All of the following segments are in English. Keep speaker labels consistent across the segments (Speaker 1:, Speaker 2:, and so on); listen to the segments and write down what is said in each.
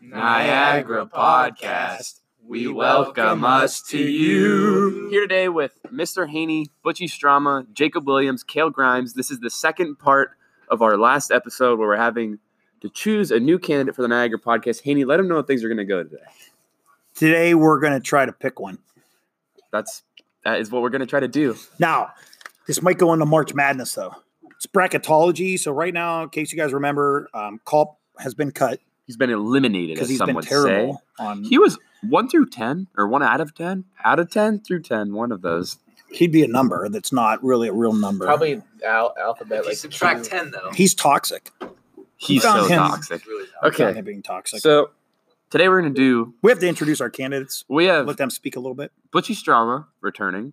Speaker 1: Niagara Podcast. We welcome us to you.
Speaker 2: Here today with Mr. Haney, Butchie Strama, Jacob Williams, Kale Grimes. This is the second part of our last episode where we're having to choose a new candidate for the Niagara Podcast. Haney, let them know how things are going to go today.
Speaker 3: Today we're going to try to pick one.
Speaker 2: That's that is what we're going to try to do.
Speaker 3: Now, this might go into March Madness though. It's bracketology. So right now, in case you guys remember, um, Culp has been cut
Speaker 2: He's been eliminated,
Speaker 3: because
Speaker 2: as
Speaker 3: he's
Speaker 2: some
Speaker 3: been
Speaker 2: would
Speaker 3: terrible on.
Speaker 2: say. He was one through ten, or one out of ten, out of ten through ten, one of those.
Speaker 3: He'd be a number that's not really a real number.
Speaker 1: Probably al- alphabet.
Speaker 4: If you
Speaker 1: like
Speaker 4: subtract
Speaker 1: two.
Speaker 4: 10 though
Speaker 3: He's toxic.
Speaker 2: He's
Speaker 3: Found
Speaker 2: so
Speaker 3: him.
Speaker 2: toxic.
Speaker 4: it's really
Speaker 3: We found
Speaker 2: Okay,
Speaker 3: him being toxic.
Speaker 2: so today we're going to do.
Speaker 3: we have to introduce our candidates.
Speaker 2: We have
Speaker 3: Let them speak a little bit.
Speaker 2: Butchie Strama returning.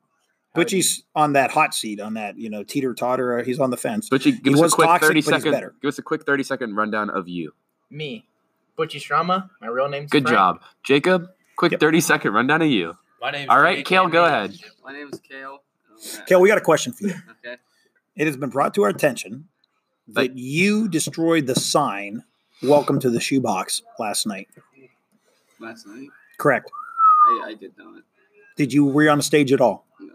Speaker 3: Butchie's on that hot seat, on that you know teeter totter. He's on the fence.
Speaker 2: Butchie,
Speaker 3: He
Speaker 2: give us
Speaker 3: was
Speaker 2: a quick
Speaker 3: toxic,
Speaker 2: thirty
Speaker 3: but he's
Speaker 2: second.
Speaker 3: better.
Speaker 2: Give us a quick thirty second rundown of you.
Speaker 1: Me, Butchie Strama. My real name's
Speaker 2: Good
Speaker 1: Frank.
Speaker 2: job, Jacob. Quick
Speaker 3: Yep.
Speaker 2: thirty second rundown of you.
Speaker 4: my name's
Speaker 2: All right,
Speaker 4: Jimmy
Speaker 2: Kale, go
Speaker 4: Cameron.
Speaker 2: ahead.
Speaker 4: my name is Kale Okay.
Speaker 3: Kale, we got a question for you.
Speaker 4: okay
Speaker 3: It has been brought to our attention
Speaker 2: Like-
Speaker 3: that you destroyed the sign "Welcome to the Shoebox" last night.
Speaker 4: last night
Speaker 3: Correct.
Speaker 4: I, I did not
Speaker 3: Did you were you on the stage at all?
Speaker 4: no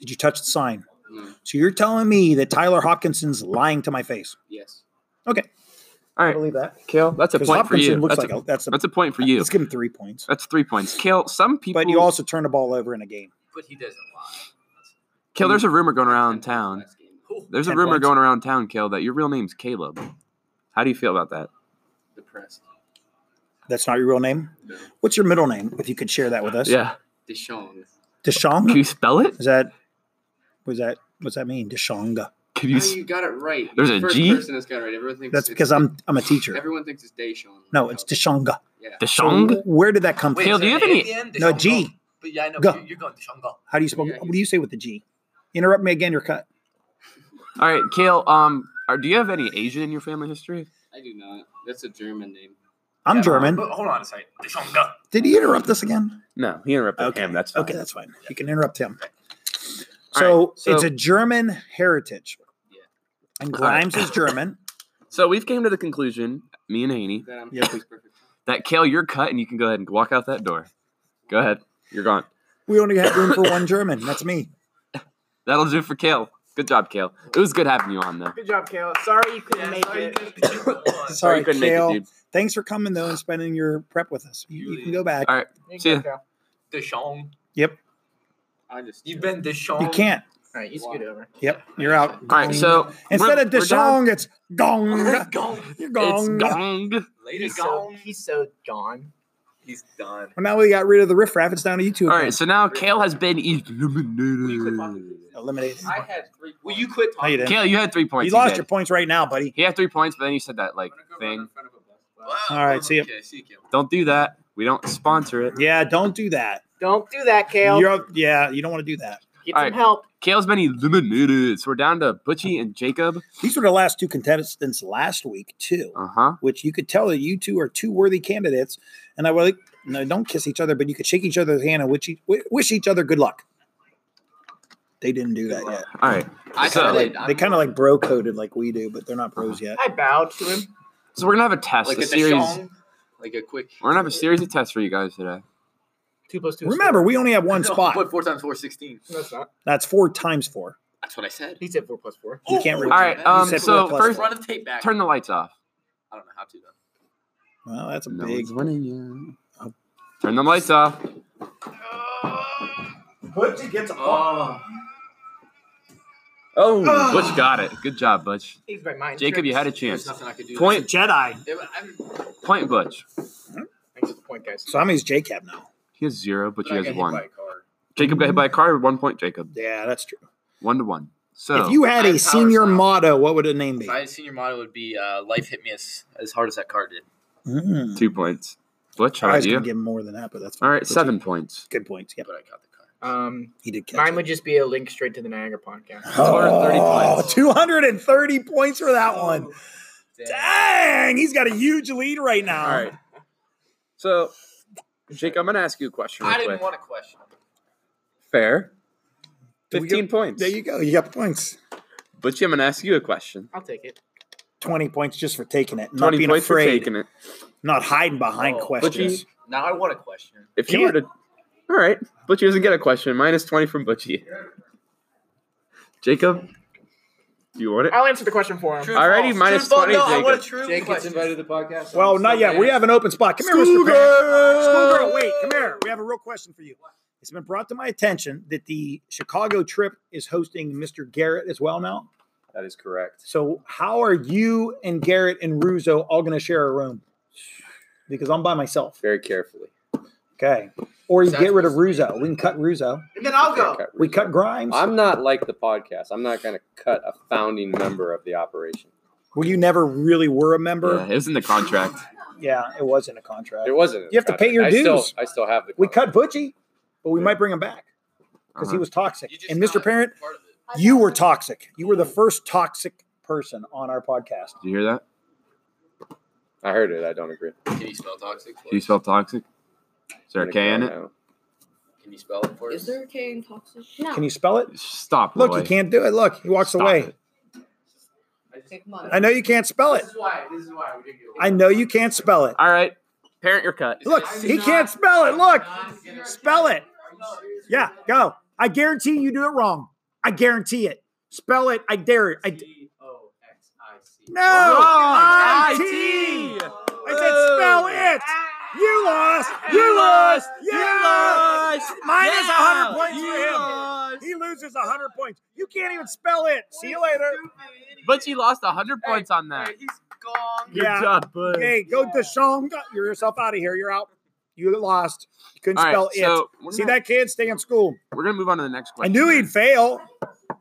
Speaker 3: Did you touch the sign?
Speaker 4: no
Speaker 3: So you're telling me that Tyler Hopkinson's lying to my face?
Speaker 4: yes
Speaker 2: All
Speaker 3: I
Speaker 2: right,
Speaker 3: believe that.
Speaker 2: Kale, that's a
Speaker 3: Because
Speaker 2: point for
Speaker 3: Hopkinson
Speaker 2: you.
Speaker 3: looks
Speaker 2: That's,
Speaker 3: like
Speaker 2: a,
Speaker 3: a, that's a,
Speaker 2: that's a point for you.
Speaker 3: Let's give him three points.
Speaker 2: That's three points. Kale, some people.
Speaker 3: But you also turn the ball over in a game.
Speaker 4: but he doesn't lie
Speaker 2: Kale, there's a rumor going around
Speaker 4: 10 points
Speaker 2: town.
Speaker 4: last game. Ooh,
Speaker 2: There's a
Speaker 3: 10
Speaker 2: rumor
Speaker 3: points.
Speaker 2: going around town, Kale, that your real name's Caleb. How do you feel about that?
Speaker 4: depressed
Speaker 3: That's not your real name.
Speaker 4: no
Speaker 3: What's your middle name? If you could share that with us.
Speaker 2: Yeah.
Speaker 4: Deshaun
Speaker 2: Can
Speaker 3: Deshong.
Speaker 2: you spell it?
Speaker 3: Is that? Was that? What's that mean? Deshonga.
Speaker 2: Can you?
Speaker 4: no,
Speaker 2: s-
Speaker 4: you got it right You're
Speaker 2: There's
Speaker 4: the
Speaker 2: a
Speaker 4: first
Speaker 2: G?
Speaker 4: person that's got it right everyone thinks
Speaker 3: That's
Speaker 4: it's-
Speaker 3: because I'm I'm a teacher.
Speaker 4: everyone thinks it's Deshaun
Speaker 3: No, it's Deshonga.
Speaker 4: yeah
Speaker 2: Deshong?
Speaker 3: So where did that come
Speaker 2: Kale,
Speaker 3: from?
Speaker 2: do you have any-
Speaker 3: No G.
Speaker 4: but yeah I know
Speaker 3: Go.
Speaker 4: you're going Deshaun go
Speaker 3: How do you spell? What do you say with the G? Interrupt me again. You're cut.
Speaker 2: All right, Kale. Um, are, do you have any Asian in your family history?
Speaker 4: I do not that's a German name
Speaker 3: I'm
Speaker 4: Yeah,
Speaker 3: German.
Speaker 4: but hold on a second Deshaun go
Speaker 3: Did he interrupt us again?
Speaker 2: No, he interrupted
Speaker 3: Okay.
Speaker 2: him. That's fine.
Speaker 3: Okay, that's fine. You can interrupt him.
Speaker 2: All
Speaker 3: So,
Speaker 2: right, so-
Speaker 3: it's a German heritage.
Speaker 4: Yeah.
Speaker 3: And
Speaker 2: All right.
Speaker 3: Grimes is German.
Speaker 2: So we've came to the conclusion, me and Haney,
Speaker 4: then I'm
Speaker 3: Yeah, please.
Speaker 4: perfect
Speaker 2: that Kale, you're cut, and you can go ahead and walk out that door. Go ahead. You're gone.
Speaker 3: We only have room for one German. That's me.
Speaker 2: That'll do for Kale. Good job, Kale. It was good having you on, though.
Speaker 1: Good job, Kale. Sorry you couldn't
Speaker 4: Yeah,
Speaker 1: make
Speaker 4: sorry,
Speaker 1: it.
Speaker 4: you couldn't make it. Come on.
Speaker 2: Sorry
Speaker 3: Sorry,
Speaker 2: you couldn't
Speaker 3: Kale.
Speaker 2: make it, dude.
Speaker 3: Thanks for coming though and spending your prep with us. You, you can go back.
Speaker 2: All right.
Speaker 1: You
Speaker 2: See
Speaker 1: go,
Speaker 2: ya.
Speaker 1: Kale.
Speaker 4: Deshaun.
Speaker 3: Yep.
Speaker 4: I just you've been Deshaun.
Speaker 3: You can't.
Speaker 1: All right, you scoot over.
Speaker 3: Yep. You're out.
Speaker 2: All right, so
Speaker 3: instead
Speaker 2: we're-
Speaker 3: of
Speaker 2: we're done.
Speaker 3: Deshong, it's Gong.
Speaker 4: gone.
Speaker 3: You're
Speaker 2: it's
Speaker 3: Gong.
Speaker 2: gong.
Speaker 4: Later
Speaker 1: He's so, he's so gone.
Speaker 4: He's done.
Speaker 3: Well, now we got rid of the riffraff. It's down to you two.
Speaker 2: All right,
Speaker 3: again.
Speaker 2: so now Kale has been eliminated.
Speaker 3: Eliminated.
Speaker 4: I had three. Will you quit
Speaker 3: No, you didn't.
Speaker 2: Kale, you had three points.
Speaker 3: You lost
Speaker 2: did.
Speaker 3: your points right now, buddy.
Speaker 2: He had three points, but then you said that like thing.
Speaker 3: All right, see ya.
Speaker 4: Okay, see you, Kim.
Speaker 2: Don't do that. We don't sponsor it.
Speaker 3: Yeah, don't do that.
Speaker 1: Don't do that, Kale.
Speaker 3: You're, yeah, you don't want to do that.
Speaker 1: Get
Speaker 2: All
Speaker 1: some
Speaker 2: right.
Speaker 1: help.
Speaker 2: Kale's been eliminated, so we're down to Butchie and Jacob.
Speaker 3: These were the last two contestants last week, too.
Speaker 2: Uh huh.
Speaker 3: which you could tell that you two are two worthy candidates. And I would like, no, don't kiss each other, but you could shake each other's hand and wish, e- wi- wish each other good luck. They didn't do that yet.
Speaker 2: All right.
Speaker 4: I
Speaker 2: So-
Speaker 4: so,
Speaker 3: They,
Speaker 4: like,
Speaker 3: kind of like bro coded like we do, but they're not pros
Speaker 2: Uh-huh.
Speaker 3: yet.
Speaker 1: I bow to him.
Speaker 2: So we're gonna have a test,
Speaker 4: like
Speaker 2: a
Speaker 4: a
Speaker 2: series.
Speaker 4: Deshaun. Like a quick.
Speaker 2: We're gonna have a series of tests for you guys today.
Speaker 1: Two plus two. is
Speaker 3: Remember, we only have one
Speaker 4: No,
Speaker 3: spot.
Speaker 4: What four times four is sixteen?
Speaker 1: four. No, it's not.
Speaker 3: That's four times four.
Speaker 4: That's what I said.
Speaker 1: He said four plus four.
Speaker 3: You
Speaker 4: Oh,
Speaker 3: can't
Speaker 2: All
Speaker 3: repeat.
Speaker 2: right. Um.
Speaker 3: said four
Speaker 2: So
Speaker 3: plus
Speaker 2: first,
Speaker 3: four.
Speaker 4: run the tape back.
Speaker 2: turn the lights off.
Speaker 4: I don't know how to though.
Speaker 3: Well, that's a
Speaker 2: No
Speaker 3: big.
Speaker 2: one's winning yet. Oh. Turn the lights off.
Speaker 3: Butch gets a
Speaker 4: Oh,
Speaker 2: Oh, Butch got it. Good job, Butch.
Speaker 1: He's by mine.
Speaker 2: Jacob, you had a chance.
Speaker 4: there's nothing I could do.
Speaker 2: Point-
Speaker 3: Jedi.
Speaker 4: It- I'm-
Speaker 2: Point, Butch.
Speaker 1: Thanks for the point, guys.
Speaker 3: So how many's JCab now?
Speaker 2: He has zero, but
Speaker 4: I
Speaker 2: you
Speaker 4: got
Speaker 2: guys
Speaker 4: hit
Speaker 2: won.
Speaker 4: by a car.
Speaker 2: Jacob got hit by a car. One point, Jacob.
Speaker 3: Yeah, that's true.
Speaker 2: One to one. So
Speaker 3: if you had
Speaker 4: I
Speaker 3: a
Speaker 4: power
Speaker 3: senior
Speaker 4: slap.
Speaker 3: motto, what would the name be?
Speaker 4: My senior motto would be uh, "Life hit me as as hard as that car did."
Speaker 3: Mm.
Speaker 2: two points. Butch, how
Speaker 3: I
Speaker 2: about
Speaker 3: was
Speaker 2: you?
Speaker 3: going to give him more than that, but that's fine.
Speaker 2: All right,
Speaker 3: Butch,
Speaker 2: seven points.
Speaker 3: Good points. Yep,
Speaker 4: But I caught the car.
Speaker 1: Um,
Speaker 3: he did catch it. Oh,
Speaker 1: mine would just be a link straight to the Niagara podcast.
Speaker 2: 230 points. Oh,
Speaker 3: 230 points for that one.
Speaker 4: Damn.
Speaker 3: Dang, he's got a huge lead right now.
Speaker 2: All right. So, Jake, I'm gonna ask you a question. Real
Speaker 4: I didn't
Speaker 2: quick.
Speaker 4: want a question.
Speaker 2: Fair.
Speaker 3: Do we
Speaker 2: Fifteen points.
Speaker 3: There you go. You got points.
Speaker 2: Butch, I'm gonna ask you a question.
Speaker 1: I'll take it.
Speaker 3: 20 points just for taking it. Not
Speaker 2: Twenty
Speaker 3: being
Speaker 2: points
Speaker 3: afraid.
Speaker 2: for taking it.
Speaker 3: not hiding behind
Speaker 4: Oh, but
Speaker 3: questions.
Speaker 4: Now I want a question.
Speaker 2: If you were to, all right, Butchie doesn't get a question. Minus twenty from Butchie. Jacob, do you want it?
Speaker 5: I'll answer the question for him.
Speaker 4: True,
Speaker 2: Alrighty,
Speaker 4: false.
Speaker 2: minus
Speaker 4: True, false.
Speaker 2: 20,
Speaker 4: No, I want
Speaker 2: Jacob.
Speaker 4: a true
Speaker 1: Jake gets
Speaker 4: question.
Speaker 1: invited to the podcast.
Speaker 3: well,
Speaker 1: I'm
Speaker 3: not
Speaker 1: still
Speaker 3: yet. We
Speaker 1: in.
Speaker 3: have an open spot. Come here, Mr. Parent.
Speaker 2: Oh.
Speaker 3: Schoolgirl, wait, come here. We have a real question for you. It's been brought to my attention that the Chicago trip is hosting Mr. Garrett as well now.
Speaker 1: That is correct.
Speaker 3: So how are you and Garrett and Ruzo all going to share a room? Because I'm by myself.
Speaker 2: Very carefully.
Speaker 3: Okay. Or you
Speaker 4: Sounds
Speaker 3: get rid of
Speaker 4: good.
Speaker 3: Ruzo. We can cut Ruzo.
Speaker 5: And then I'll
Speaker 4: Oh.
Speaker 5: go.
Speaker 2: Cut
Speaker 3: We
Speaker 2: Russo.
Speaker 3: cut Grimes.
Speaker 1: I'm not like the podcast. I'm not going to cut a founding member of the operation.
Speaker 3: well, you never really were a
Speaker 2: Yeah,
Speaker 3: member.
Speaker 2: it was in the contract.
Speaker 3: Yeah, it was in a contract.
Speaker 1: It wasn't. in
Speaker 3: You have
Speaker 1: the
Speaker 3: to pay your
Speaker 1: contract. I
Speaker 3: dues.
Speaker 1: still, I still have the.
Speaker 3: We
Speaker 1: contract.
Speaker 3: cut Butchie, but we
Speaker 1: Yeah.
Speaker 3: might bring him back because he
Speaker 2: Uh-huh.
Speaker 3: was toxic.
Speaker 4: You just
Speaker 3: And
Speaker 4: not
Speaker 3: Mr. Parent,
Speaker 4: part of it.
Speaker 3: you were toxic. You were the first toxic person on our podcast.
Speaker 2: Did you hear that?
Speaker 1: I heard it. I don't agree.
Speaker 4: Can you spell toxic? for
Speaker 2: Do you
Speaker 4: us?
Speaker 2: spell toxic? Is there a K in it?
Speaker 4: Can you spell it for
Speaker 6: Is
Speaker 4: us?
Speaker 6: there a K in toxic? No.
Speaker 3: Can you spell it?
Speaker 2: Stop.
Speaker 3: Look,
Speaker 2: Roy.
Speaker 3: he can't do it. Look, he walks
Speaker 2: Stop
Speaker 3: away.
Speaker 2: it.
Speaker 3: I know you can't spell it.
Speaker 4: why. This is why we didn't get
Speaker 3: I know you can't spell it.
Speaker 2: All right, parent, you're cut.
Speaker 3: Look, he can't spell it. Look, spell it. Yeah, go. I guarantee you do it wrong. I guarantee it. Spell it. I dare it. I d- no. I-T. I said spell it. You lost. You lost. You lost. Minus a hundred points for him. He loses a hundred points. You can't even spell it. See you later.
Speaker 2: But she lost 100 points on that.
Speaker 4: He's gone.
Speaker 2: Good
Speaker 3: Yeah.
Speaker 2: job, bud.
Speaker 3: Hey, go Deshaun. Go- You're yourself out of here. You're out. You lost. You couldn't
Speaker 2: All right,
Speaker 3: spell it.
Speaker 2: so we're
Speaker 3: See
Speaker 2: gonna,
Speaker 3: that kid? Stay in school.
Speaker 2: We're gonna move on to the next
Speaker 3: I
Speaker 2: question.
Speaker 3: knew he'd fail.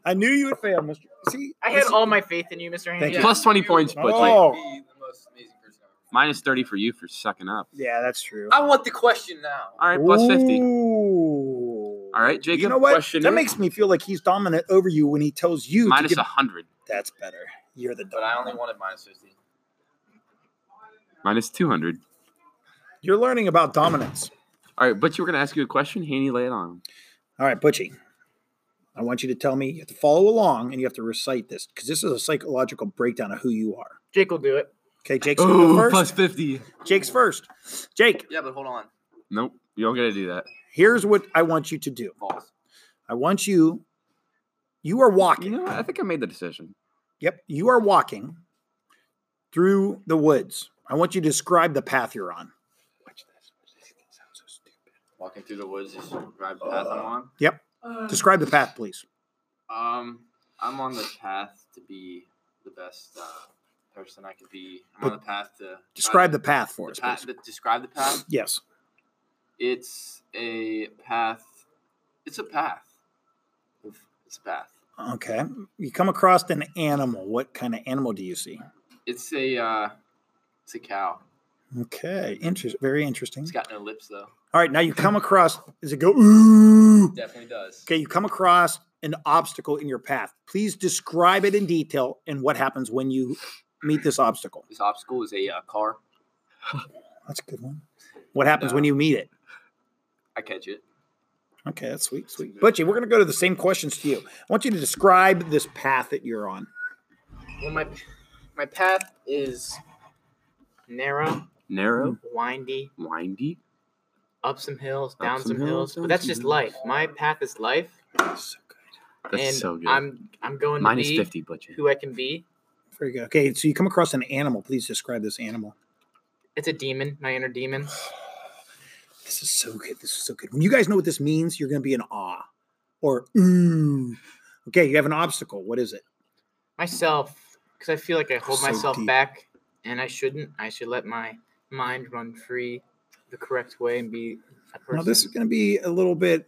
Speaker 3: I knew you would fail, Mister. See,
Speaker 5: I had all my faith in you, Mr. Haney.
Speaker 3: Thank you.
Speaker 2: Plus 20 points,
Speaker 3: but, like-
Speaker 4: You'd be the most amazing person ever.
Speaker 2: Minus 30 for you for sucking up.
Speaker 3: yeah, that's true.
Speaker 4: I want the question now.
Speaker 2: All right, plus 50.
Speaker 3: Ooh.
Speaker 2: All right, Jacob.
Speaker 3: You know what?
Speaker 2: Question
Speaker 3: That
Speaker 2: is
Speaker 3: makes me feel like he's dominant over you when he tells you.
Speaker 2: minus
Speaker 3: to give-
Speaker 2: 100,
Speaker 3: that's better. You're the
Speaker 4: But I only
Speaker 3: dominant.
Speaker 4: wanted minus 50.
Speaker 2: minus 200.
Speaker 3: You're learning about dominance.
Speaker 2: All right, but you were gonna ask you a question. Haney, lay it on.
Speaker 3: All right, Butchie. I want you to tell me. You have to follow along, and you have to recite this because this is a psychological breakdown of who you are.
Speaker 5: Jake will do it.
Speaker 3: Okay, Jake's gonna go
Speaker 2: Oh,
Speaker 3: first.
Speaker 2: plus 50.
Speaker 3: Jake's first. Jake,
Speaker 4: Yeah, but hold on.
Speaker 2: Nope, you don't gotta do that.
Speaker 3: here's what I want you to do.
Speaker 4: False.
Speaker 3: I want you. You are walking.
Speaker 2: You know what? I think I made the decision.
Speaker 3: Yep. You are walking through the woods. I want you to describe the path you're on.
Speaker 4: Walking through the woods is the right path I'm
Speaker 3: Describe the path, please.
Speaker 4: on. Um, I'm on the path to be the best uh, person I could be. I'm on the path to try
Speaker 3: Describe
Speaker 4: to-
Speaker 3: the path for us,
Speaker 4: the path.
Speaker 3: please.
Speaker 4: The, describe the path.
Speaker 3: Yes.
Speaker 4: It's a path. It's a path. Oof, It's a path.
Speaker 3: Okay. You come across an animal. What kind of animal do you see?
Speaker 4: It's a. Uh, it's a cow.
Speaker 3: Okay. Interest. Very interesting.
Speaker 4: It's got no lips though.
Speaker 3: All right. Now you come across. Does it go? Ooh.
Speaker 4: Definitely does.
Speaker 3: Okay. You come across an obstacle in your path. Please describe it in detail and what happens when you meet this obstacle.
Speaker 4: This obstacle is a uh, car.
Speaker 3: That's a good one. What happens when
Speaker 4: No.
Speaker 3: you meet it?
Speaker 4: I catch it.
Speaker 3: Okay, that's sweet, sweet.
Speaker 4: good.
Speaker 3: Butchie, we're going to go to the same questions to you. I want you to describe this path that you're on.
Speaker 5: Well, my my path is narrow,
Speaker 2: Narrow,
Speaker 5: windy,
Speaker 2: windy.
Speaker 5: up some hills, down
Speaker 2: some
Speaker 5: some,
Speaker 2: hills,
Speaker 5: hills,
Speaker 2: down
Speaker 5: but that's
Speaker 2: some
Speaker 5: just
Speaker 2: hills.
Speaker 5: life. My path is life,
Speaker 2: That's
Speaker 5: and
Speaker 2: so good.
Speaker 5: I'm I'm going
Speaker 2: minus
Speaker 5: to be
Speaker 2: 50, Butchie.
Speaker 5: who I can be.
Speaker 3: Very good. Okay, so you come across an animal. Please describe this animal.
Speaker 5: It's a demon, my inner demon.
Speaker 3: This is so good. This is so good. When you guys know what this means, you're going to be in awe or ooh. Okay, you have an obstacle. What is it?
Speaker 5: myself because I feel like I hold
Speaker 3: So
Speaker 5: myself
Speaker 3: deep.
Speaker 5: back, and I shouldn't. I should let my mind run free the correct way and be a person.
Speaker 3: Now, this is going to be a little bit.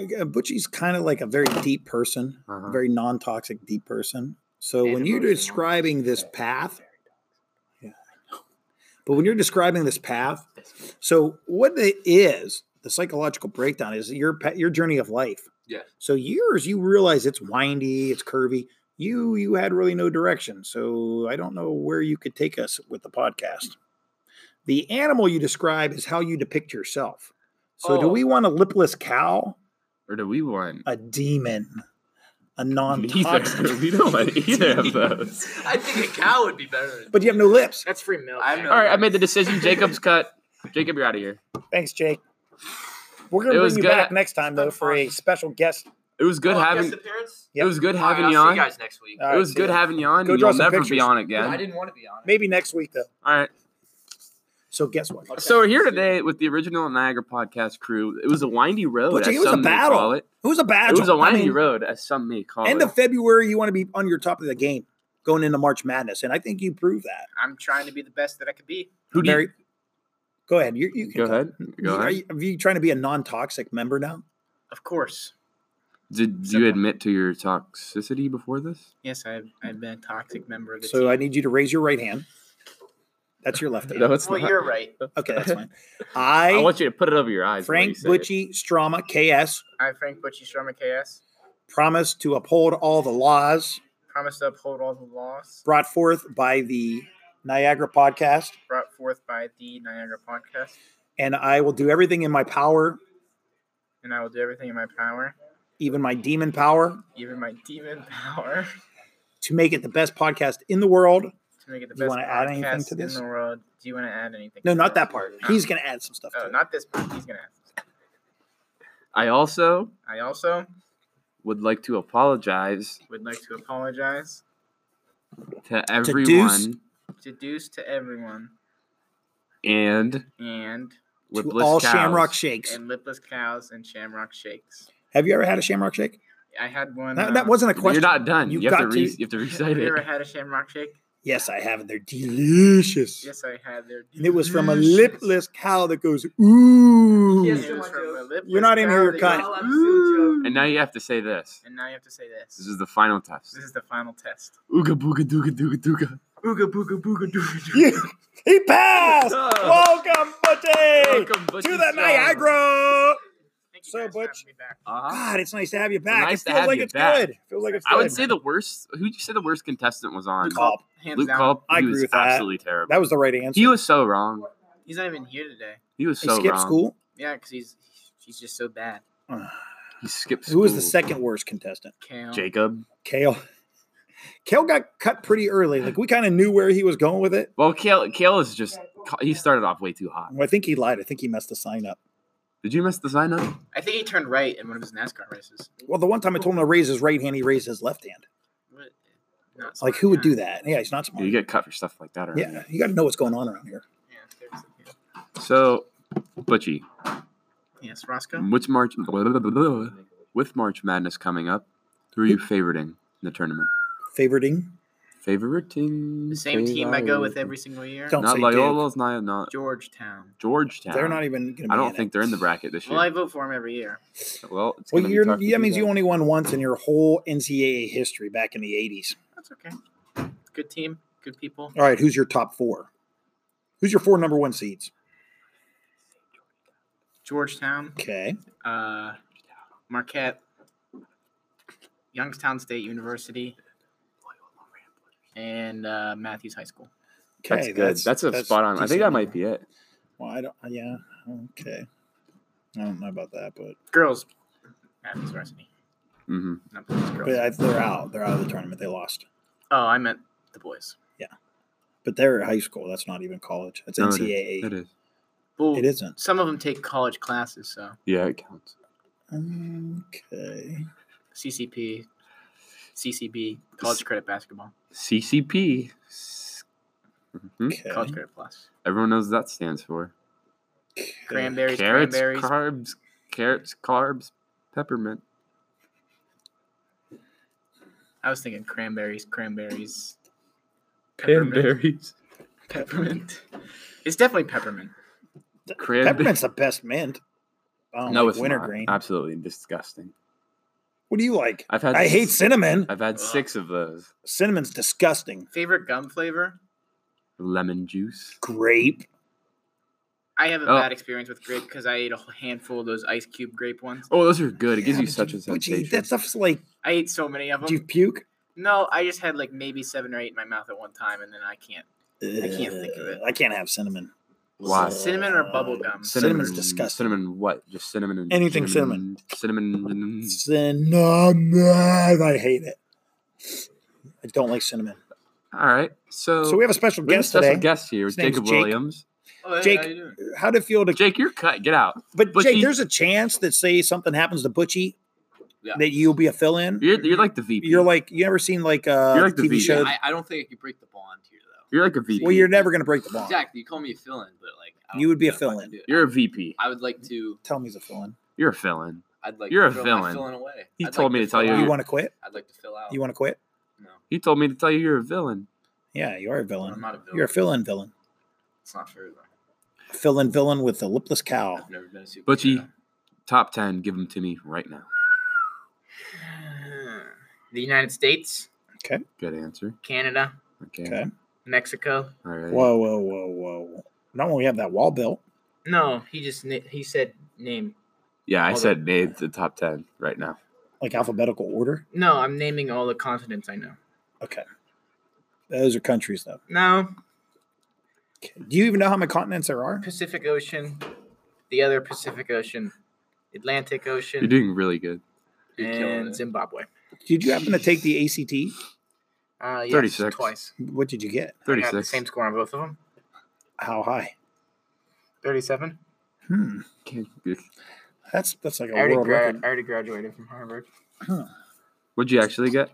Speaker 3: uh, Butchie's kind of like a very deep person,
Speaker 2: Uh-huh.
Speaker 3: a very non toxic deep person. So
Speaker 5: And
Speaker 3: when you're
Speaker 5: emotional.
Speaker 3: describing this path, yeah, I know. But when you're describing this path, So what it is, the psychological breakdown is your pa- your journey of life.
Speaker 4: Yes.
Speaker 3: So yours, you realize it's windy, it's curvy. You you had really no direction. So I don't know where you could take us with the podcast. The animal you describe is how you depict yourself. So do
Speaker 4: Oh.
Speaker 3: we want a lipless cow,
Speaker 2: Or do we want?
Speaker 3: a demon, a non-toxic.
Speaker 2: Neither. We don't want either of those.
Speaker 5: I think a cow would be better. Than
Speaker 3: But you have no lips.
Speaker 5: that's free milk.
Speaker 4: I
Speaker 5: man.
Speaker 4: know.
Speaker 2: All right, I made the decision. Jacob's cut. Jacob, you're out of here.
Speaker 3: Thanks, Jake. We're gonna
Speaker 2: It
Speaker 3: bring
Speaker 2: was
Speaker 3: you
Speaker 2: good.
Speaker 3: back next time though for a special guest.
Speaker 2: It was good
Speaker 4: Oh,
Speaker 2: having.
Speaker 4: guest appearance?
Speaker 2: It
Speaker 3: Yep.
Speaker 2: was good
Speaker 4: All right,
Speaker 2: having
Speaker 4: I'll
Speaker 2: you on.
Speaker 4: See you guys next week.
Speaker 3: All
Speaker 2: it
Speaker 3: right,
Speaker 2: was
Speaker 3: see
Speaker 2: good
Speaker 3: ya.
Speaker 2: having you on.
Speaker 3: Go
Speaker 2: and
Speaker 3: draw
Speaker 2: You'll
Speaker 3: some
Speaker 2: never be
Speaker 3: pictures.
Speaker 2: on
Speaker 4: I
Speaker 2: again.
Speaker 4: didn't want to be on it.
Speaker 3: Maybe next week though.
Speaker 2: All right.
Speaker 3: So guess what?
Speaker 4: Okay.
Speaker 2: So we're here today with the original Niagara podcast crew. It was a windy road.
Speaker 3: But
Speaker 2: as
Speaker 3: it was a
Speaker 2: some may
Speaker 3: battle.
Speaker 2: call It.
Speaker 3: It was a
Speaker 2: It
Speaker 3: battle.
Speaker 2: was a
Speaker 3: I
Speaker 2: windy
Speaker 3: mean,
Speaker 2: road, as some may call
Speaker 3: End
Speaker 2: it.
Speaker 3: of February, you want to be on your top of the game going into March Madness, and I think you prove that.
Speaker 5: I'm trying to be the best that I could be.
Speaker 2: Who do you-
Speaker 3: Very- Go ahead. You, you can
Speaker 2: Go ahead. Go
Speaker 3: Are,
Speaker 2: ahead.
Speaker 3: you, are you trying to be a non-toxic member now?
Speaker 5: Of course.
Speaker 2: Did you admit to your toxicity before this?
Speaker 5: Yes, I've, I've been a toxic member of the
Speaker 3: So
Speaker 5: team.
Speaker 3: I need you to raise your right hand. That's your left hand.
Speaker 2: No, it's
Speaker 5: well,
Speaker 2: not.
Speaker 5: you're right.
Speaker 3: Okay, that's fine.
Speaker 2: I,
Speaker 3: I,
Speaker 2: want you to put it over your eyes. before you
Speaker 3: Frank
Speaker 2: say it.
Speaker 3: Butchie Strama KS,
Speaker 5: I, Frank Butchie Sharma KS,
Speaker 3: promise to uphold all the laws
Speaker 5: promise to uphold all the laws
Speaker 3: brought forth by the Niagara podcast,
Speaker 5: brought forth by the Niagara Podcast,
Speaker 3: and I will do everything in my power,
Speaker 5: and I will do everything in my power,
Speaker 3: even my demon power,
Speaker 5: even my demon power,
Speaker 3: to make it the best podcast in the world.
Speaker 5: to make it the
Speaker 3: You
Speaker 5: best
Speaker 3: wanna add anything
Speaker 5: podcast
Speaker 3: to this?
Speaker 5: in the world. Do you want to add anything?
Speaker 3: No,
Speaker 5: to
Speaker 3: not
Speaker 5: this?
Speaker 3: that part. He's going to add some stuff.
Speaker 5: Oh,
Speaker 3: To it.
Speaker 5: not this part. He's gonna. Add.
Speaker 2: I also
Speaker 5: I also
Speaker 2: would like to apologize
Speaker 5: would like to apologize
Speaker 2: to
Speaker 3: To Deuce.
Speaker 2: everyone
Speaker 5: to Deuce to everyone
Speaker 2: and
Speaker 5: and
Speaker 3: To
Speaker 2: lipless
Speaker 3: all
Speaker 2: cows.
Speaker 3: Shamrock Shakes.
Speaker 5: and lipless cows and shamrock shakes.
Speaker 3: Have you ever had a Shamrock Shake?
Speaker 5: I had one.
Speaker 3: That,
Speaker 5: uh,
Speaker 3: that wasn't a question.
Speaker 2: You're not done.
Speaker 3: You've
Speaker 2: You have to,
Speaker 3: got
Speaker 2: re-
Speaker 3: to-
Speaker 2: you have to
Speaker 5: Have
Speaker 2: recite
Speaker 5: you
Speaker 2: it.
Speaker 5: ever had a shamrock shake?
Speaker 3: Yes, I have. They're delicious.
Speaker 5: Yes, I had. They're
Speaker 3: And it was from a
Speaker 5: delicious.
Speaker 3: lipless cow that goes, ooh.
Speaker 5: It
Speaker 1: Yes,
Speaker 5: was
Speaker 1: it was.
Speaker 5: from a lipless
Speaker 3: You're not in
Speaker 5: cow
Speaker 3: here,
Speaker 5: that
Speaker 3: cunt.
Speaker 5: goes,
Speaker 1: Ooh.
Speaker 2: And now you have to say this.
Speaker 5: And now you have to say this.
Speaker 2: This is the final test.
Speaker 5: This is the final test.
Speaker 2: Ooga booga dooga dooga dooga.
Speaker 5: Ooga booga booga dooga dooga.
Speaker 3: You- he passed.
Speaker 2: Oh.
Speaker 3: Welcome, Butchie,
Speaker 2: Welcome, Butchie
Speaker 3: to the
Speaker 2: Strong.
Speaker 3: Niagara.
Speaker 5: Thank you
Speaker 3: So,
Speaker 5: guys for having
Speaker 3: Butch-
Speaker 5: me back.
Speaker 2: Uh-huh.
Speaker 3: God, it's nice to have you back.
Speaker 2: Nice
Speaker 3: it
Speaker 2: to
Speaker 3: feels
Speaker 2: have
Speaker 3: like
Speaker 2: you
Speaker 3: it's
Speaker 2: back.
Speaker 3: good. Feels like it's
Speaker 2: I would
Speaker 3: good.
Speaker 2: say the worst. Who'd you say the worst contestant was on?
Speaker 3: Luke Kopp.
Speaker 5: Hands
Speaker 2: Luke
Speaker 5: down.
Speaker 2: Culp.
Speaker 3: I
Speaker 2: He
Speaker 3: agree
Speaker 2: was
Speaker 3: with that.
Speaker 2: absolutely terrible.
Speaker 3: That was the right answer.
Speaker 2: he was so wrong.
Speaker 5: He's not even here today.
Speaker 2: He was
Speaker 3: he
Speaker 2: so
Speaker 3: skipped
Speaker 2: wrong.
Speaker 3: school.
Speaker 5: Yeah, because he's he's just so bad.
Speaker 3: Ugh.
Speaker 2: He skipped school.
Speaker 3: Who was the second worst contestant?
Speaker 5: Kale.
Speaker 2: Jacob.
Speaker 3: Kale. Kale got cut pretty early. Like we kind of knew where he was going with it.
Speaker 2: Well, Kale, Kale is just. He started off way too hot.
Speaker 3: I think he lied. I think he messed the sign up.
Speaker 2: Did you miss the sign up?
Speaker 5: I think he turned right in one of his NASCAR races.
Speaker 3: Well, the one time I told him to raise his right hand, he raised his left hand.
Speaker 5: What- Not
Speaker 3: Like,
Speaker 5: smart
Speaker 3: who would
Speaker 5: guy.
Speaker 3: do that? Yeah, he's not smart.
Speaker 2: You get cut for stuff like that. Or
Speaker 3: Yeah, you got to know what's going on around here.
Speaker 5: Yeah, there's the kid.
Speaker 2: So, Butchie,
Speaker 5: yes, Roscoe.
Speaker 2: which March with March Madness coming up, who are you favoriting in the tournament?
Speaker 3: Favoriting.
Speaker 2: Favoriting
Speaker 5: The same team I go with every single year.
Speaker 3: Don't
Speaker 2: Not
Speaker 3: say
Speaker 2: Loyola's, not, not
Speaker 5: Georgetown.
Speaker 2: Georgetown.
Speaker 3: They're not even. Gonna be
Speaker 2: I
Speaker 3: in
Speaker 2: don't
Speaker 3: it.
Speaker 2: think they're in the bracket this year.
Speaker 5: Well, I vote for him every year.
Speaker 2: well, it's
Speaker 3: Well,
Speaker 2: gonna be
Speaker 3: you're,
Speaker 2: tough to
Speaker 3: that
Speaker 2: do
Speaker 3: means you
Speaker 2: that.
Speaker 3: only won once in your whole NCAA history back in the 80s.
Speaker 5: That's okay. Good team. Good people.
Speaker 3: All right, who's your top four? Who's your four number one seeds?
Speaker 5: Georgetown.
Speaker 3: Okay.
Speaker 5: uh, Marquette, Youngstown State University, and uh, Matthews High School.
Speaker 3: Okay.
Speaker 2: That's good. That's, a spot on. I think that might be it.
Speaker 3: Well, I don't. Yeah. Okay. I don't know about that, but
Speaker 5: Girls, Matthews Varsity.
Speaker 2: hmm
Speaker 5: Not boys, girls.
Speaker 3: but I, they're out. They're out of the tournament. They lost.
Speaker 5: oh, I meant the boys.
Speaker 3: But they're high school. That's not even college. That's
Speaker 2: No, it is.
Speaker 3: NCAA.
Speaker 2: It is.
Speaker 5: Well,
Speaker 3: It isn't.
Speaker 5: Some of them take college classes, so
Speaker 2: Yeah, it counts.
Speaker 3: Okay.
Speaker 5: CCP, CCB, College Credit Basketball,
Speaker 2: CCP. Mhm.
Speaker 5: College
Speaker 3: Okay.
Speaker 5: Credit Plus,
Speaker 2: Everyone knows what that stands for.
Speaker 5: Cranberries,
Speaker 2: Carrots,
Speaker 5: Cranberries,
Speaker 2: carbs, carrots, carbs, peppermint.
Speaker 5: I was thinking cranberries, cranberries,
Speaker 2: Cranberries.
Speaker 5: peppermint. It's definitely peppermint.
Speaker 3: Peppermint's the best mint. I don't
Speaker 2: No,
Speaker 3: like
Speaker 2: it's
Speaker 3: wintergreen.
Speaker 2: not. Absolutely disgusting.
Speaker 3: What do you like?
Speaker 2: I've had.
Speaker 3: I hate cinnamon.
Speaker 2: I've had six of those.
Speaker 3: Cinnamon's disgusting.
Speaker 5: Favorite gum flavor?
Speaker 2: Lemon juice.
Speaker 3: Grape.
Speaker 5: I have a
Speaker 2: Oh.
Speaker 5: bad experience with grape because I ate a whole handful of those ice cube grape ones.
Speaker 2: Oh, those are good. It gives
Speaker 3: Yeah,
Speaker 2: you
Speaker 3: but
Speaker 2: such a
Speaker 3: but you-
Speaker 2: sensation.
Speaker 3: that stuff's like,
Speaker 5: I ate so many of
Speaker 3: do you
Speaker 5: them.
Speaker 3: puke?
Speaker 5: No, I just had like maybe seven or eight in my mouth at one time, and then I can't. can't think of it.
Speaker 3: I can't Uh, have cinnamon.
Speaker 2: Why?
Speaker 5: Cinnamon or bubble gum?
Speaker 3: Cinnamon's disgusting.
Speaker 2: Cinnamon what? Just cinnamon and
Speaker 3: Anything
Speaker 2: Cinnamon. cinnamon.
Speaker 3: Cinnamon. I hate it. I don't like cinnamon.
Speaker 2: All right. So,
Speaker 3: So we have a special
Speaker 2: we have a
Speaker 3: guest
Speaker 2: special
Speaker 3: today.
Speaker 2: guest here,
Speaker 3: His name's
Speaker 2: Jacob
Speaker 3: Jake.
Speaker 2: Williams.
Speaker 4: Oh, hey,
Speaker 3: Jake-
Speaker 4: how you doing?
Speaker 3: How'd it feel to?
Speaker 2: Jake, you're cut. Get out.
Speaker 3: but
Speaker 2: Butchie-
Speaker 3: Jake, there's a chance that say something happens to Butchie,
Speaker 4: Yeah.
Speaker 3: that you'll be a fill-in.
Speaker 2: You're, you're like the VP.
Speaker 3: You're like you never seen like uh
Speaker 2: You're like the
Speaker 3: TV
Speaker 2: V.
Speaker 3: show.
Speaker 4: Yeah, I, I don't think I could break the bond here though.
Speaker 2: You're like a VP.
Speaker 3: well, you're never gonna break the ball.
Speaker 4: Exactly. You call me a fill-in, but like I don't
Speaker 3: You would be
Speaker 4: think
Speaker 3: a
Speaker 4: I fucking
Speaker 3: fill-in.
Speaker 4: do it.
Speaker 2: You're a VP.
Speaker 4: I would like to.
Speaker 3: Tell me he's a fill-in.
Speaker 2: You're a fill-in.
Speaker 4: I'd like.
Speaker 2: You're
Speaker 4: to
Speaker 2: a
Speaker 4: throw my
Speaker 2: villain.
Speaker 4: Fill-in away.
Speaker 2: He
Speaker 4: I'd
Speaker 2: told
Speaker 4: like
Speaker 2: me to tell
Speaker 4: fill
Speaker 2: you-
Speaker 4: out.
Speaker 3: You want to quit?
Speaker 4: I'd like to fill out.
Speaker 3: You want to quit?
Speaker 4: No,
Speaker 2: He told me to tell you you're a villain.
Speaker 3: Yeah, you are a
Speaker 4: I'm
Speaker 3: villain.
Speaker 4: not a villain.
Speaker 3: You're a fill-in villain.
Speaker 4: It's not fair. Though.
Speaker 3: A fill-in villain with a lipless cow.
Speaker 4: I've never been a super.
Speaker 2: Butchie, top 10, give them to me right now.
Speaker 5: The United States,
Speaker 2: Good answer.
Speaker 5: Canada,
Speaker 2: Okay.
Speaker 3: Okay.
Speaker 5: Mexico.
Speaker 2: All right.
Speaker 3: Whoa, whoa, whoa, whoa! Not when we have that wall built.
Speaker 5: No, he just na- he said name.
Speaker 2: yeah, I
Speaker 5: Hold
Speaker 2: said made the top 10 right now.
Speaker 3: like alphabetical order.
Speaker 5: No, I'm naming all the continents I know.
Speaker 3: Okay. Those are countries, though.
Speaker 5: No,
Speaker 3: Okay. Do you even know how many continents there are?
Speaker 5: Pacific Ocean, the other Pacific Ocean, Atlantic Ocean,
Speaker 2: You're doing really good.
Speaker 4: You're killing
Speaker 5: and
Speaker 4: it.
Speaker 5: Zimbabwe.
Speaker 3: Did you happen to take the ACT?
Speaker 5: Uh, yes,
Speaker 2: 36.
Speaker 5: twice.
Speaker 3: What did you get?
Speaker 5: I got the
Speaker 2: 36.
Speaker 5: same score on both of them.
Speaker 3: How high?
Speaker 5: Thirty-seven.
Speaker 3: Hmm.
Speaker 2: Can't-
Speaker 3: That's that's like a
Speaker 5: I already,
Speaker 3: world
Speaker 5: gra-
Speaker 3: record.
Speaker 5: I already graduated from Harvard.
Speaker 2: What'd you actually get?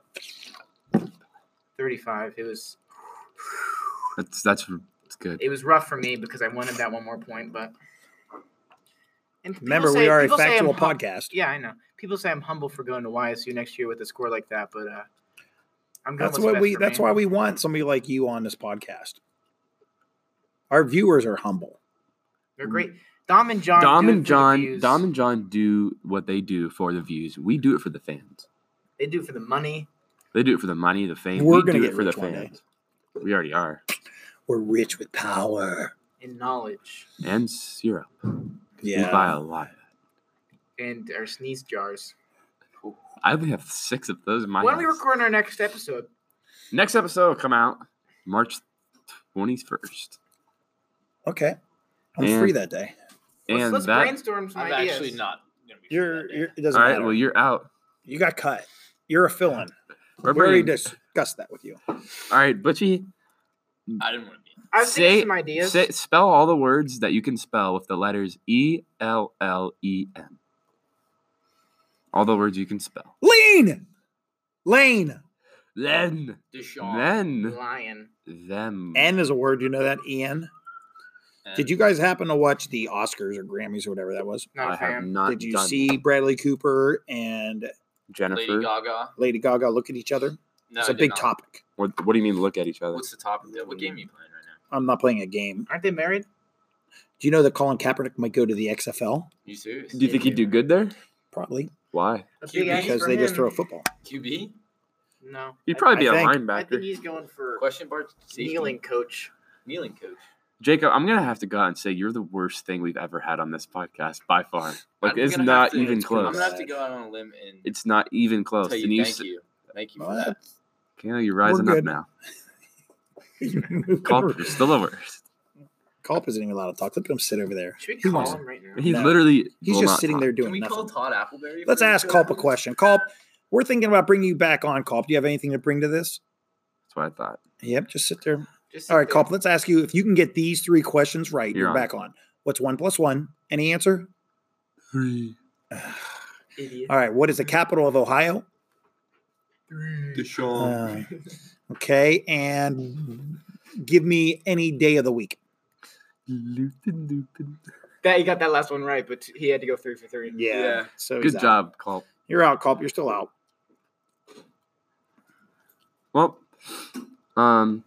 Speaker 5: Thirty-five. It was
Speaker 2: That's that's it's good.
Speaker 5: it was rough for me because I wanted that one more point, but. And people
Speaker 3: Remember, we
Speaker 5: say-
Speaker 3: are a
Speaker 5: people say I'm
Speaker 3: factual
Speaker 5: hum-
Speaker 3: podcast.
Speaker 5: Yeah, I know. People say I'm humble for going to YSU next year with a score like that, but uh, I'm going
Speaker 3: That's
Speaker 5: what's
Speaker 3: what
Speaker 5: best
Speaker 3: we.
Speaker 5: for
Speaker 3: That's
Speaker 5: me.
Speaker 3: why we want somebody like you on this podcast. Our viewers are humble.
Speaker 5: they're great. Dom and
Speaker 2: Mm.
Speaker 5: John.
Speaker 2: Dom
Speaker 5: do
Speaker 2: and
Speaker 5: it for the
Speaker 2: John,
Speaker 5: views.
Speaker 2: Dom and John do what they do for the views. We do it for the fans.
Speaker 5: They do it for the money.
Speaker 2: They do it for the money, the fame.
Speaker 3: We're
Speaker 2: we
Speaker 3: gonna
Speaker 2: do
Speaker 3: get
Speaker 2: it for the
Speaker 3: rich one day.
Speaker 2: fans. We already are.
Speaker 3: We're rich with power.
Speaker 5: and knowledge
Speaker 2: And syrup. We buy
Speaker 3: Yeah.
Speaker 2: a lot.
Speaker 5: and our sneeze jars.
Speaker 2: I only have six of those in my
Speaker 5: Why don't we
Speaker 2: house.
Speaker 5: record our next episode?
Speaker 2: Next episode will come out March 21st.
Speaker 3: Okay. I'm
Speaker 2: And-
Speaker 3: free that day.
Speaker 5: Let's,
Speaker 2: and
Speaker 5: let's
Speaker 2: that.
Speaker 5: brainstorm some
Speaker 4: I'm
Speaker 5: ideas.
Speaker 4: actually not. Gonna be free
Speaker 3: You're.
Speaker 4: that day.
Speaker 3: you're it doesn't
Speaker 2: all right,
Speaker 3: matter.
Speaker 2: well, you're out.
Speaker 3: you got cut. You're a fill-in.
Speaker 2: We're
Speaker 3: We already
Speaker 2: bringing-
Speaker 3: discussed that with you.
Speaker 2: all right, Butchie,
Speaker 4: I didn't want to be.
Speaker 5: I was thinking
Speaker 2: Say-
Speaker 5: some ideas.
Speaker 2: say, spell all the words that you can spell with the letters E L L E N. All the words you can spell.
Speaker 3: Lean, lane.
Speaker 2: Then,
Speaker 4: Deshaun.
Speaker 2: then,
Speaker 5: Lion.
Speaker 2: them.
Speaker 3: N is a word. You know that, Ian? Did you guys happen to watch the Oscars or Grammys or whatever that was?
Speaker 5: Not
Speaker 2: I
Speaker 5: a
Speaker 2: have
Speaker 5: fan.
Speaker 2: not
Speaker 3: Did you
Speaker 2: done
Speaker 3: see Bradley Cooper and
Speaker 2: Jennifer.
Speaker 4: Lady Gaga?
Speaker 3: Lady Gaga look at each other?
Speaker 4: No,
Speaker 3: it's
Speaker 4: I
Speaker 3: a
Speaker 4: did
Speaker 3: big
Speaker 4: not.
Speaker 3: topic.
Speaker 2: What, what do you mean? Look at each other.
Speaker 4: What's the topic? Of what game are you playing right now?
Speaker 3: I'm not playing a game.
Speaker 5: Aren't they married?
Speaker 3: Do you know that Colin Kaepernick might go to the XFL?
Speaker 4: You serious?
Speaker 2: Do you think he'd do good there?
Speaker 3: Probably
Speaker 2: Why?
Speaker 5: A
Speaker 4: Cute
Speaker 5: big ass
Speaker 3: because
Speaker 5: for
Speaker 3: they just
Speaker 5: him.
Speaker 3: throw football.
Speaker 4: QB?
Speaker 5: No.
Speaker 2: He'd
Speaker 5: I-
Speaker 2: probably be
Speaker 3: I
Speaker 2: a
Speaker 3: think-
Speaker 5: I, I think
Speaker 2: linebacker.
Speaker 5: he's going for
Speaker 4: Question bar. safety?
Speaker 5: kneeling coach.
Speaker 4: Kneeling coach.
Speaker 2: Jacob, I'm gonna have to go out and say you're the worst thing we've ever had on this podcast by far. Like
Speaker 4: I'm
Speaker 2: it's
Speaker 4: gonna
Speaker 2: not
Speaker 4: have to-
Speaker 2: even
Speaker 3: it's pretty
Speaker 4: I'm
Speaker 2: close.
Speaker 4: gonna have to go out on a limb and
Speaker 2: It's not even close.
Speaker 4: tell
Speaker 2: and
Speaker 4: you
Speaker 2: you,
Speaker 4: thank
Speaker 2: s-
Speaker 4: you. Thank you for
Speaker 3: Well,
Speaker 4: that.
Speaker 2: Kayla, you're rising up
Speaker 3: good.
Speaker 2: now. Culper's still the worst.
Speaker 3: Culp isn't even allowed to talk. Look at him sit over there.
Speaker 5: Should we
Speaker 3: He
Speaker 5: call
Speaker 3: wants-
Speaker 5: him right now?
Speaker 2: He
Speaker 3: No.
Speaker 2: literally
Speaker 3: He's
Speaker 2: will
Speaker 3: just
Speaker 2: not
Speaker 3: sitting
Speaker 2: talk.
Speaker 3: there
Speaker 4: Can
Speaker 3: doing
Speaker 4: we call
Speaker 3: nothing.
Speaker 4: Todd Appleberry?
Speaker 3: Let's
Speaker 4: for
Speaker 3: ask
Speaker 4: show?
Speaker 3: Culp a question. Culp, we're thinking about bringing you back on. Culp, do you have anything to bring to this?
Speaker 2: That's what I thought.
Speaker 3: Yep, just sit there.
Speaker 5: Just
Speaker 3: All right,
Speaker 5: call.
Speaker 3: Culp, let's ask you if you can get these three questions right, you're,
Speaker 2: You're on.
Speaker 3: back on. What's one plus one? Any answer?
Speaker 2: Three.
Speaker 5: Idiot.
Speaker 3: All right, what is the capital of Ohio? Uh, okay, and give me any day of the week.
Speaker 2: Lupin, Lupin.
Speaker 5: That you got that last one right, but he had to go three for three.
Speaker 4: Yeah.
Speaker 3: So he's
Speaker 2: Good
Speaker 3: out.
Speaker 2: job, Culp.
Speaker 3: You're out, Culp. You're still out.
Speaker 2: Well, um,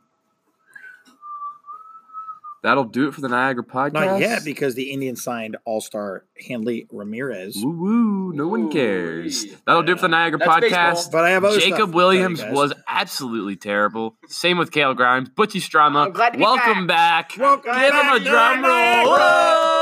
Speaker 2: that'll do it for the Niagara podcast.
Speaker 3: Not yet because the Indians signed All Star Hanley Ramirez.
Speaker 2: Woo woo! No one cares.
Speaker 4: Woo-wee.
Speaker 2: That'll do it for the Niagara
Speaker 4: That's baseball.
Speaker 2: podcast.
Speaker 3: But I have other stuff to tell
Speaker 2: Jacob
Speaker 3: you
Speaker 2: Williams
Speaker 3: guys.
Speaker 2: was absolutely terrible. Same with Cale Grimes. Butchie Strama.
Speaker 5: I'm glad to be
Speaker 2: Welcome back.
Speaker 5: Welcome
Speaker 2: Give him
Speaker 5: back,
Speaker 2: a drum
Speaker 5: Niagara.
Speaker 2: roll. Whoa!